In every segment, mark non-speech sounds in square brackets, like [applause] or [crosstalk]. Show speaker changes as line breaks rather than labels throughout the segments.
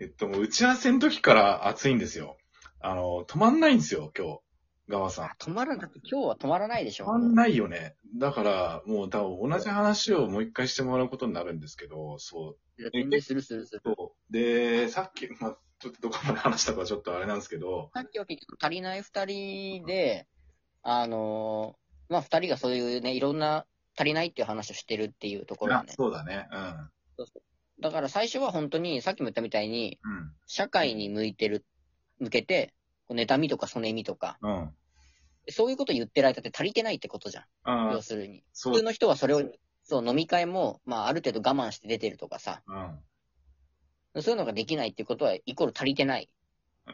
えっと、もう打ち合わせの時から暑いんですよ。あの、止まんないんですよ、今日。ガワさん。
止まらなく、今日は止まらないでし
止
ょ。
まんないよね。だから、もう多分同じ話をもう一回してもらうことになるんですけど、そう。
するするする。
そうで、さっき、まあ、ちょっとどこまで話したかちょっとあれなんですけど、
さっきは結局足りない二人で、あのーまあ二人がそういうね、いろんな足りないっていう話をしてるっていうところ
あ
はね。
そうだね。
だから最初は本当に、さっきも言ったみたいに、
うん。
社会に向いてる、向けて、こう妬みとかそねみとか、
うん。うん。
そういうこと言ってる間って足りてないってことじゃん。
あ
要
あ、
するに。
そ
普通
う。
の人はそれを、そう、飲み会も、まあある程度我慢して出てるとかさ、
うん。
そういうのができないっていうことは、イコール足りてない。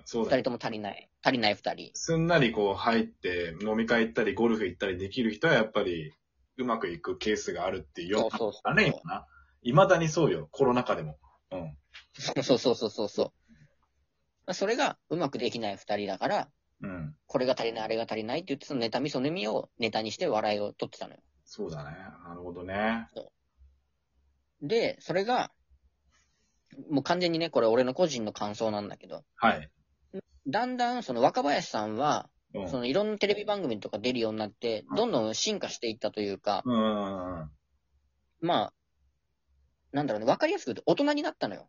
そう
二
だ
人とも足りない。足りない二人。
すんなりこう入って、飲み会行ったり、ゴルフ行ったりできる人はやっぱり、うまくいくケースがあるっていうよ。
そうそうそう
だね、今な。未だにそうよ、コロナ禍でも。うん。
[laughs] そうそうそうそうそう。まあそれがうまくできない二人だから、
うん。
これが足りない、あれが足りないって言って、その妬み、そのみをネタにして笑いを取ってたのよ。
そうだね。なるほどね。
で、それが、もう完全にね、これ俺の個人の感想なんだけど、
はい。
だんだんその若林さんは、
うん。
そのいろんなテレビ番組とか出るようになって、どんどん進化していったというか、
うんうんうん。
まあ、なんだろうね、わかりやすく言うと大人になったのよ。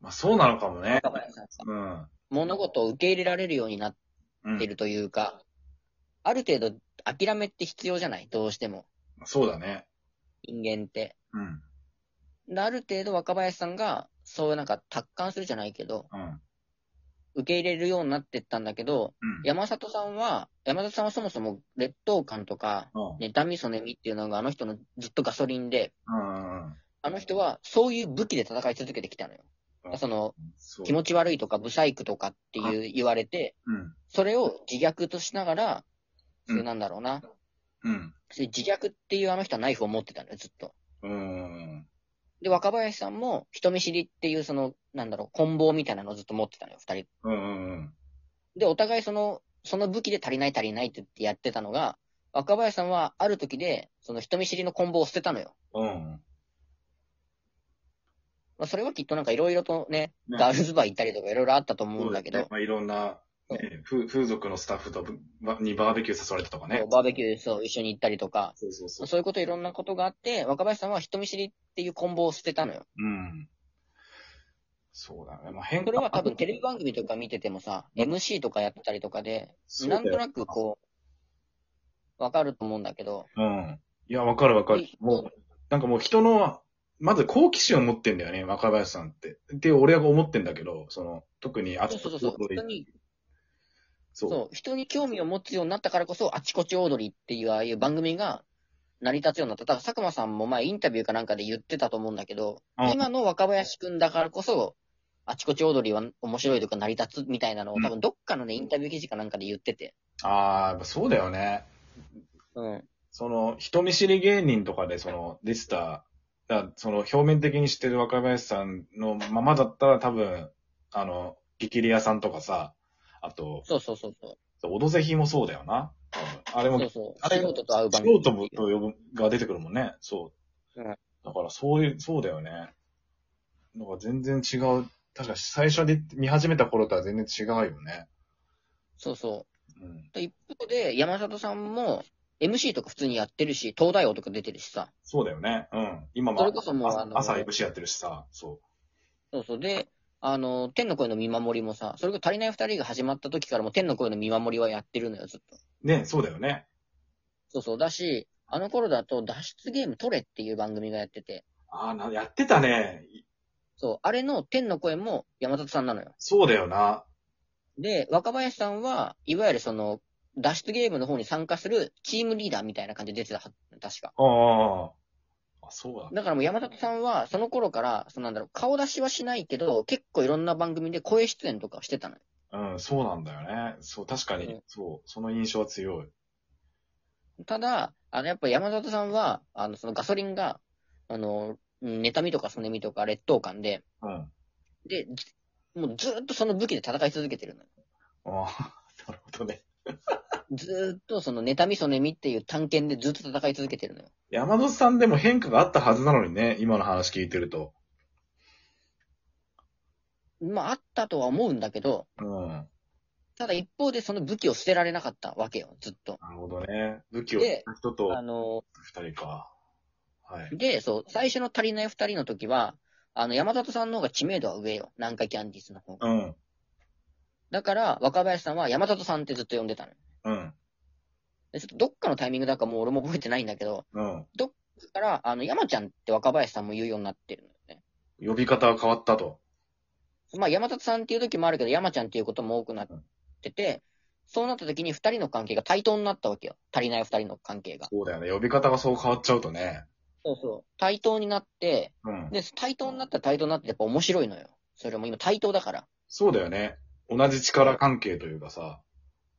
まあそうなのかもね。
若林さんが。
うん。
物事を受け入れられるようになっ
うん
て。るというか、ある程度諦めって必要じゃないどうしても。
そうだね。
人間って。
うん。
である程度若林さんが、そういうなんか達観するじゃないけど、
うん。
受け入れるようになってったんだけど、
うん。
山里さんは、山里さんはそもそも劣等感とか、
うん。
妬みそねみっていうのがあの人のずっとガソリンで、
うんうん。
あの人はそういう武器で戦い続けてきたのよ
うん。
その、
そう
気持ち悪いとか、不細工とかっていう言われて、
うん。
それを自虐としながら、
うん
そうなんだろうな。
うん。
そういう自虐っていうあの人はナイフを持ってたのよ、ずっと。
うん。
で、若林さんも人見知りっていうその、なんだろう、棍棒みたいなのをずっと持ってたのよ、二人。
うん。うん。
で、お互いその、その武器で足りない足りないって言ってやってたのが、若林さんはある時で、その人見知りの棍棒を捨てたのよ。
うん。
まあ、それはきっとなんかいろいろとね、
ね
ガールズバー行ったりとかいろいろあったと思
そ
うん
う
だけど、
ねまあ、いろんな、
そう
ね風風俗のスタッフとぶばにバーベキュー誘われたとかね
そう。バーベ
ュー。
キューそう一緒に行ったりとか、
そうそうそう。
そういうこといろんなことがあって、若林さんは人見知りっていう棍棒を捨てたのよ。
うん。そうだね。まあ、変
そ
化
れは多分テレビ番組とか見ててもさ、MC とかやってたりとかで、
そうだ
な
よ
んとなくこう、わかると思うんだけど、
うん。いや、わかるわかる。もう、なんかもう人の、まず好奇心を持ってんだよね、若林さんって。って俺は思ってんだけど、その、特に
そう
暑
そう
と
そう、
こ
人
ろで
に、
そう。
そう、人に興味を持つようになったからこそ、あちこちオードリーっていうああいう番組が成り立つようになった。だから佐久間さんも前インタビューかなんかで言ってたと思うんだけど、
うん
今の若林くんだからこそ、あちこちオードリーは面白いとか成り立つみたいなのを多分どっかのね、インタビュー記事かなんかで言ってて。
ああ、やっぱそうだよね。
うん。
その、人見知り芸人とかで、その、出てた、だからその、表面的に知ってる若林さんのままだったら多分、あの、激レアさんとかさ、あと、
そうそうそうそう。
オドぜひもそうだよな。多分あれも
そうそう。
あれ
素人と会う番組。
素人もと呼ぶが出てくるもんね。そう。
うん
だからそういう、そうだよね。なんか全然違う。確か最初で見始めた頃とは全然違うよね。
そうそう。
うん。
一方で、山里さんも、MC とか普通にやってるし、東大王とか出てるしさ。
そうだよね。うん。今も
それこそもう
朝
あの
朝 MC やってるしさ、そ
そうそう。で、あの、天の声の見守りもさ、それこそ足りない二人が始まった時からも天の声の見守りはやってるのよ、ずっと。
う。ね、そうだよね。
そうそう。だし、あの頃だと脱出ゲーム取れっていう番組がやってて、
ああ、なやってたね。い
そう、あれの天の声も山里さんなのよ。
そうだよな。
で、若林さんは、いわゆるその、脱出ゲームの方に参加するチームリーダーみたいな感じで出てたは、確か。
ああ。あ、そうだ。
だからもう山里さんは、その頃から、そのなんだろう、顔出しはしないけど、結構いろんな番組で声出演とかをしてたのよ。
うん、そうなんだよね。そう、確かに、
うん
そう、その印象は強い。
ただ、あの、やっぱ山里さんは、あの、そのガソリンが、あの、うん妬みとかそねみとか劣等感で、
うん。
で、ずもうずーっとその武器で戦い続けてるのよ。
ああ、 [laughs] なるほどね。
ずーっとその妬みそねみっていう探検でずっと戦い続けてるのよ。
山本さんでも変化があったはずなのにね、今の話聞いてると。
まあ、あったとは思うんだけど、
うん。な
ただ一方でその武器を捨てられなかったわけよ、ずっと。
るほどね。武器を
で
人と
あの、
二人か。はい。
で、そう、最初の足りない二人の時は、あの、山里さんの方が知名度は上よ。南海キャンディーズの方が。
うん。
だから、若林さんは山里さんってずっと呼んでたのよ。
うん。
で、ちょっとどっかのタイミングだかもう俺も覚えてないんだけど、
うん。
だから、あの、山ちゃんって若林さんも言うようになってるのよね。
呼び方は変わったと。
まあ、山里さんっていう時もあるけど、山ちゃんっていうことも多くなってて、そうなった時に二人の関係が対等になったわけよ。足りない二人の関係が。
そうだよね。呼び方がそう変わっちゃうとね。
そうそう。対等になって、
うん。
で、対等になったら対等になってやっぱ面白いのよ。それも今対等だから。
そうだよね。同じ力関係というかさ。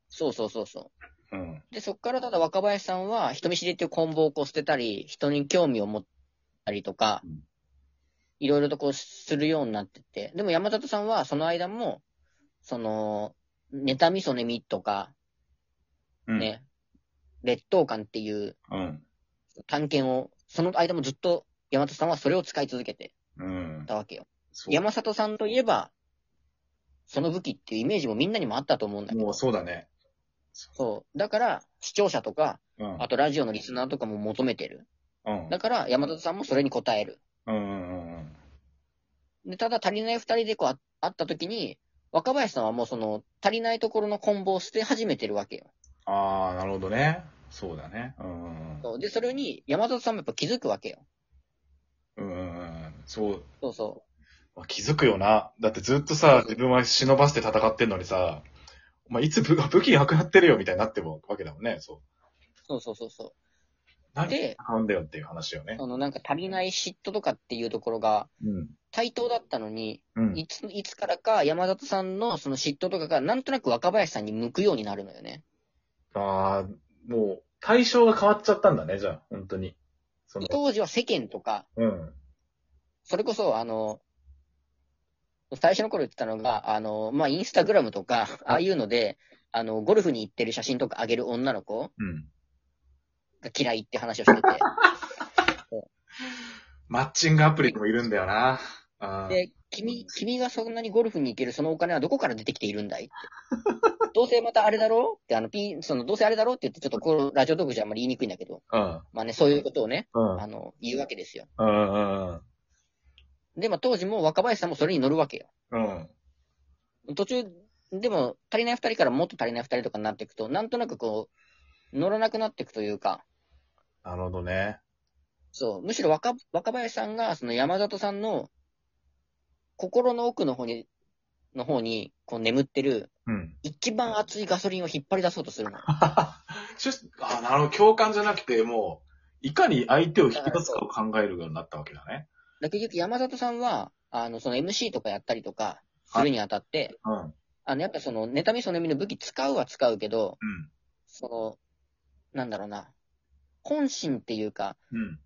そうそうそうそ
うん。
う。で、そっからただ若林さんは人見知りっていうコンボをこう捨てたり、人に興味を持ったりとか
うん、
いろいろとこうするようになってって。でも山里さんはその間も、その、ネタミソネミとか、
うん。
ね、劣等感っていう
うん。
探検を、その間もずっと山里さんはそれを使い続けて
うん。
たわけよ。
そう
山里さんといえば、その武器っていうイメージもみんなにもあったと思うんだけ
も
ど
う、そうだね。
そう。だから、視聴者とか、
うん。
あとラジオのリスナーとかも求めてる。
うん。
だから、山里さんもそれに応える。
うんうんうんうん。
で、ただ足りない二人でこうあ会った時に、若林さんはもうその、足りないところのコンボを捨て始めてるわけよ。
ああ、なるほどね。そうだね。うんうん
そうで、それに、山里さんもやっぱ気づくわけよ。
うん。うんうんうん。そう。
そうそ
まあ気づくよな。だってずっとさ、自分は忍ばせて戦ってんのにさ、お前いつ [laughs] 武武器なくなってるよみたいになってもわけだもんね。そう。
う。そうそうそうそ
何
で
戦うんだよっていう話よ
う。
ね。
そのなんか足りない嫉妬とかっていうところが、
うん。
対等だったのに、
うん。
いつ、いつからか山里さんのその嫉妬とかが、なんとなく若林さんに向くようになるのよね。
ああ、もう、対象が変わっちゃったんだね、じゃあ、本当に。その、
当時は世間とか、
うん。
それこそ、あの、最初の頃言ってたのが、あの、まあ、インスタグラムとか、ああいうので、あの、ゴルフに行ってる写真とか上げる女の子
うん。
が嫌いって話をしてて、
マッチングアプリもいるんだよな。あー
で、君、君がそんなにゴルフに行けるそのお金はどこから出てきているんだいって。どうせまたあれだろうって、あの、ピン、その、どうせあれだろうって言って、ちょっとこのラジオトークじゃあんまり言いにくいんだけど、
うん。
まあね、そういうことをね、
うん。
あの、言うわけですよ。
うん。うん。
で、まあ、当時も若林さんもそれに乗るわけよ。
うん。
途中、でも、足りない二人からもっと足りない二人とかになっていくと、なんとなくこう、乗らなくなっていくというか、
なるほどね。
そう、むしろ若若林さんが、その山里さんの、心の奥の方に、の方に、こう眠ってる、
うん。
一番熱いガソリンを引っ張り出そうとするの。
ちょあなるほど、共感じゃなくて、もう、いかに相手を引き出すかを考えるようになったわけだね。
だ結局山里さんは、あの、その MC とかやったりとか、するにあたって、
うん。うん。
あの、やっぱその、妬みそのみの武器使うは使うけど、その、なんだろうな、本心っていうか、
うん。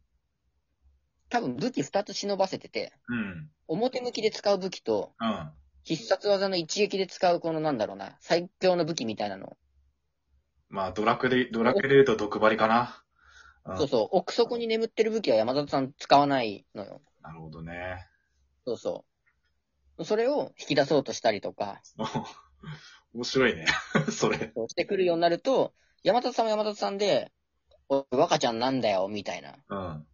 多分武器二つ忍ばせてて、
うん。
表向きで使う武器と、
うん。
必殺技の一撃で使うこのなんだろうな、最強の武器みたいなの。
まあ、ドラクエで、ドラクエで言うと毒針かな。うん
そうそう、奥底に眠ってる武器は山里さん使わないのよ。
なるほどね。 [laughs]
そうそう。それを引き出そうとしたりとか、
面白いね。 [laughs] それ。
そうしてくるようになると、山里さんも山里さんで、おい、若ちゃんなんだよ、みたいな。
うん。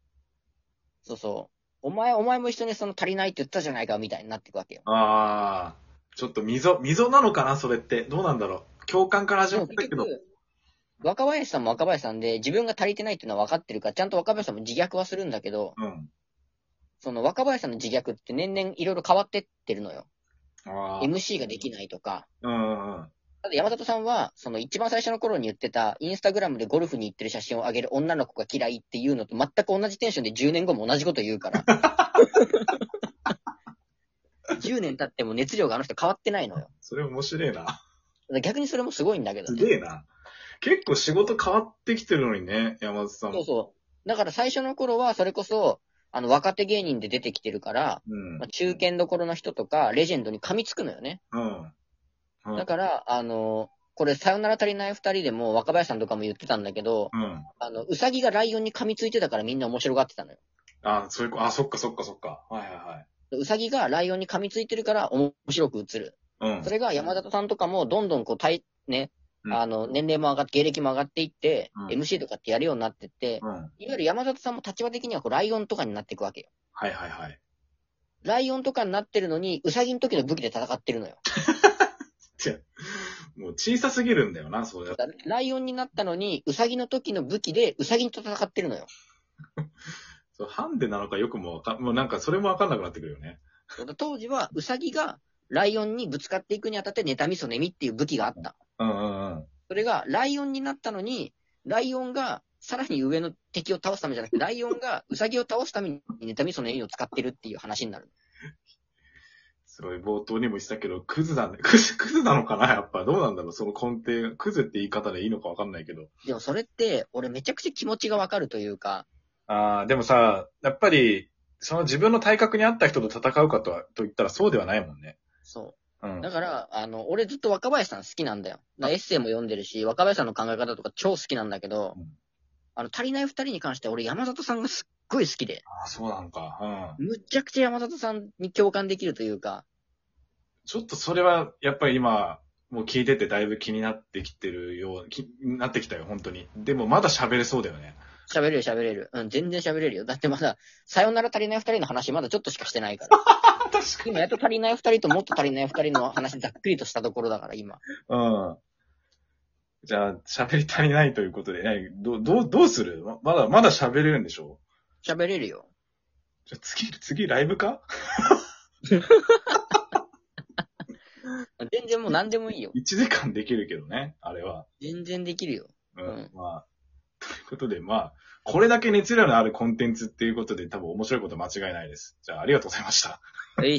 そうそう。お前、お前も一緒にその足りないって言ったじゃないか、みたいになっていくわけよ。
ああ、ちょっと溝、溝なのかなそれって。どうなんだろう。共感から始
で
ま
も
った
結
けど。
局、若林さんも若林さんで、自分が足りてないっていうのは分かってるから、ちゃんと若林さんも自虐はするんだけど、
うん。
その若林さんの自虐って年々いろいろ変わってってるのよ。
ああ。
MC ができないとか。
うんうんうん。
ただ山里さんは、その一番最初の頃に言ってた、インスタグラムでゴルフに行ってる写真を上げる女の子が嫌いっていうのと全く同じテンションで10年後も同じこと言
[laughs]
うから。10年経っても熱量があの人変わってないのよ。だか
それ面白いな。
ら逆にそれもすごいんだけど
す
ね。
げえな。結構仕事変わってきてるのにね、山里さん
そ
も
う。そう。だから最初の頃はそれこそ、あの若手芸人で出てきてるから、
うん
まあ、。中堅どころの人とかレジェンドに噛みつくのよね。
うん。うん
だから、あの、これ、さよなら足りない二人でも、若林さんとかも言ってたんだけど、
うん。
あの、うさぎがライオンに噛みついてたからみんな面白がってたのよ。
あ、そういうこあ、そっかそっかそっか。はいはいはい。
ウサギがライオンに噛みついてるから面白く映る。
うん。
それが山里さんとかもどんどんこう体、ね
う、ん
あの、年齢も上がって、芸歴も上がっていって、
うん
MC とかってやるようになってって、
うん。はい
いわゆる山里さんも立場的にはこうライオンとかになっていくわけよ。
はいはい。
ライオンとかになってるのに、ウサギの時の武器で戦ってるのよ。
もう小さすぎるんだよな、そうやって。
だライオンになったのに、ウサギの時の武器で、ウサギと戦ってるのよ。
そうハンデなのかよくもわかん、もうなんかそれもわかんなくなってくるよね。
だから当時は、ウサギがライオンにぶつかっていくにあたって、ネタミソネミっていう武器があった。
うんうんうん。
それが、ライオンになったのに、ライオンが、さらに上の敵を倒すためじゃなくて、ライオンがウサギを倒すためにネタミソネミを使ってるっていう話になる。
すごい冒頭にも言ってたけど、クズだね。 [laughs] クズ、クズなのかなやっぱどうなんだろうその根底。クズって言い方でいいのかわかんないけど。
でもそれって、俺めちゃくちゃ気持ちがわかるというか、
ああ、でもさ、やっぱり、その自分の体格に合った人と戦うかとは、と言ったらそうではないもんね。
そう。
うん。
だから、あの、俺ずっと若林さん好きなんだよ。だからエッセイも読んでるし、若林さんの考え方とか超好きなんだけど
うん、
あの、足りない二人に関して俺山里さんがすっごい好きで、
ああ、そうなのか。うん。
むちゃくちゃ山里さんに共感できるというか、
ちょっとそれは、やっぱり今、もう聞いててだいぶ気になってきてるよう、気になってきたよ、本当に。でもまだ喋れそうだよね。
喋れる喋れる。うん、全然喋れるよ。だってまだ、さよなら足りない二人の話まだちょっとしかしてないから。
あ、確か
今やっと足りない二人ともっと足りない二人の話ざっくりとしたところだから、今。
うん。じゃあ、喋り足りないということで、ね、ど、どう、どうするままだ、まだ喋れるんでしょ
喋れるよ。
じゃあ次、次ライブか
全然もう何でもいいよ。
?1 時間できるけどね、あれは。
全然できるよ。
うん。
うん
まあ、ということで、まあ、これだけ熱量のあるコンテンツっていうことで多分面白いこと間違いないです。じゃあ、ありがとうございました。
えい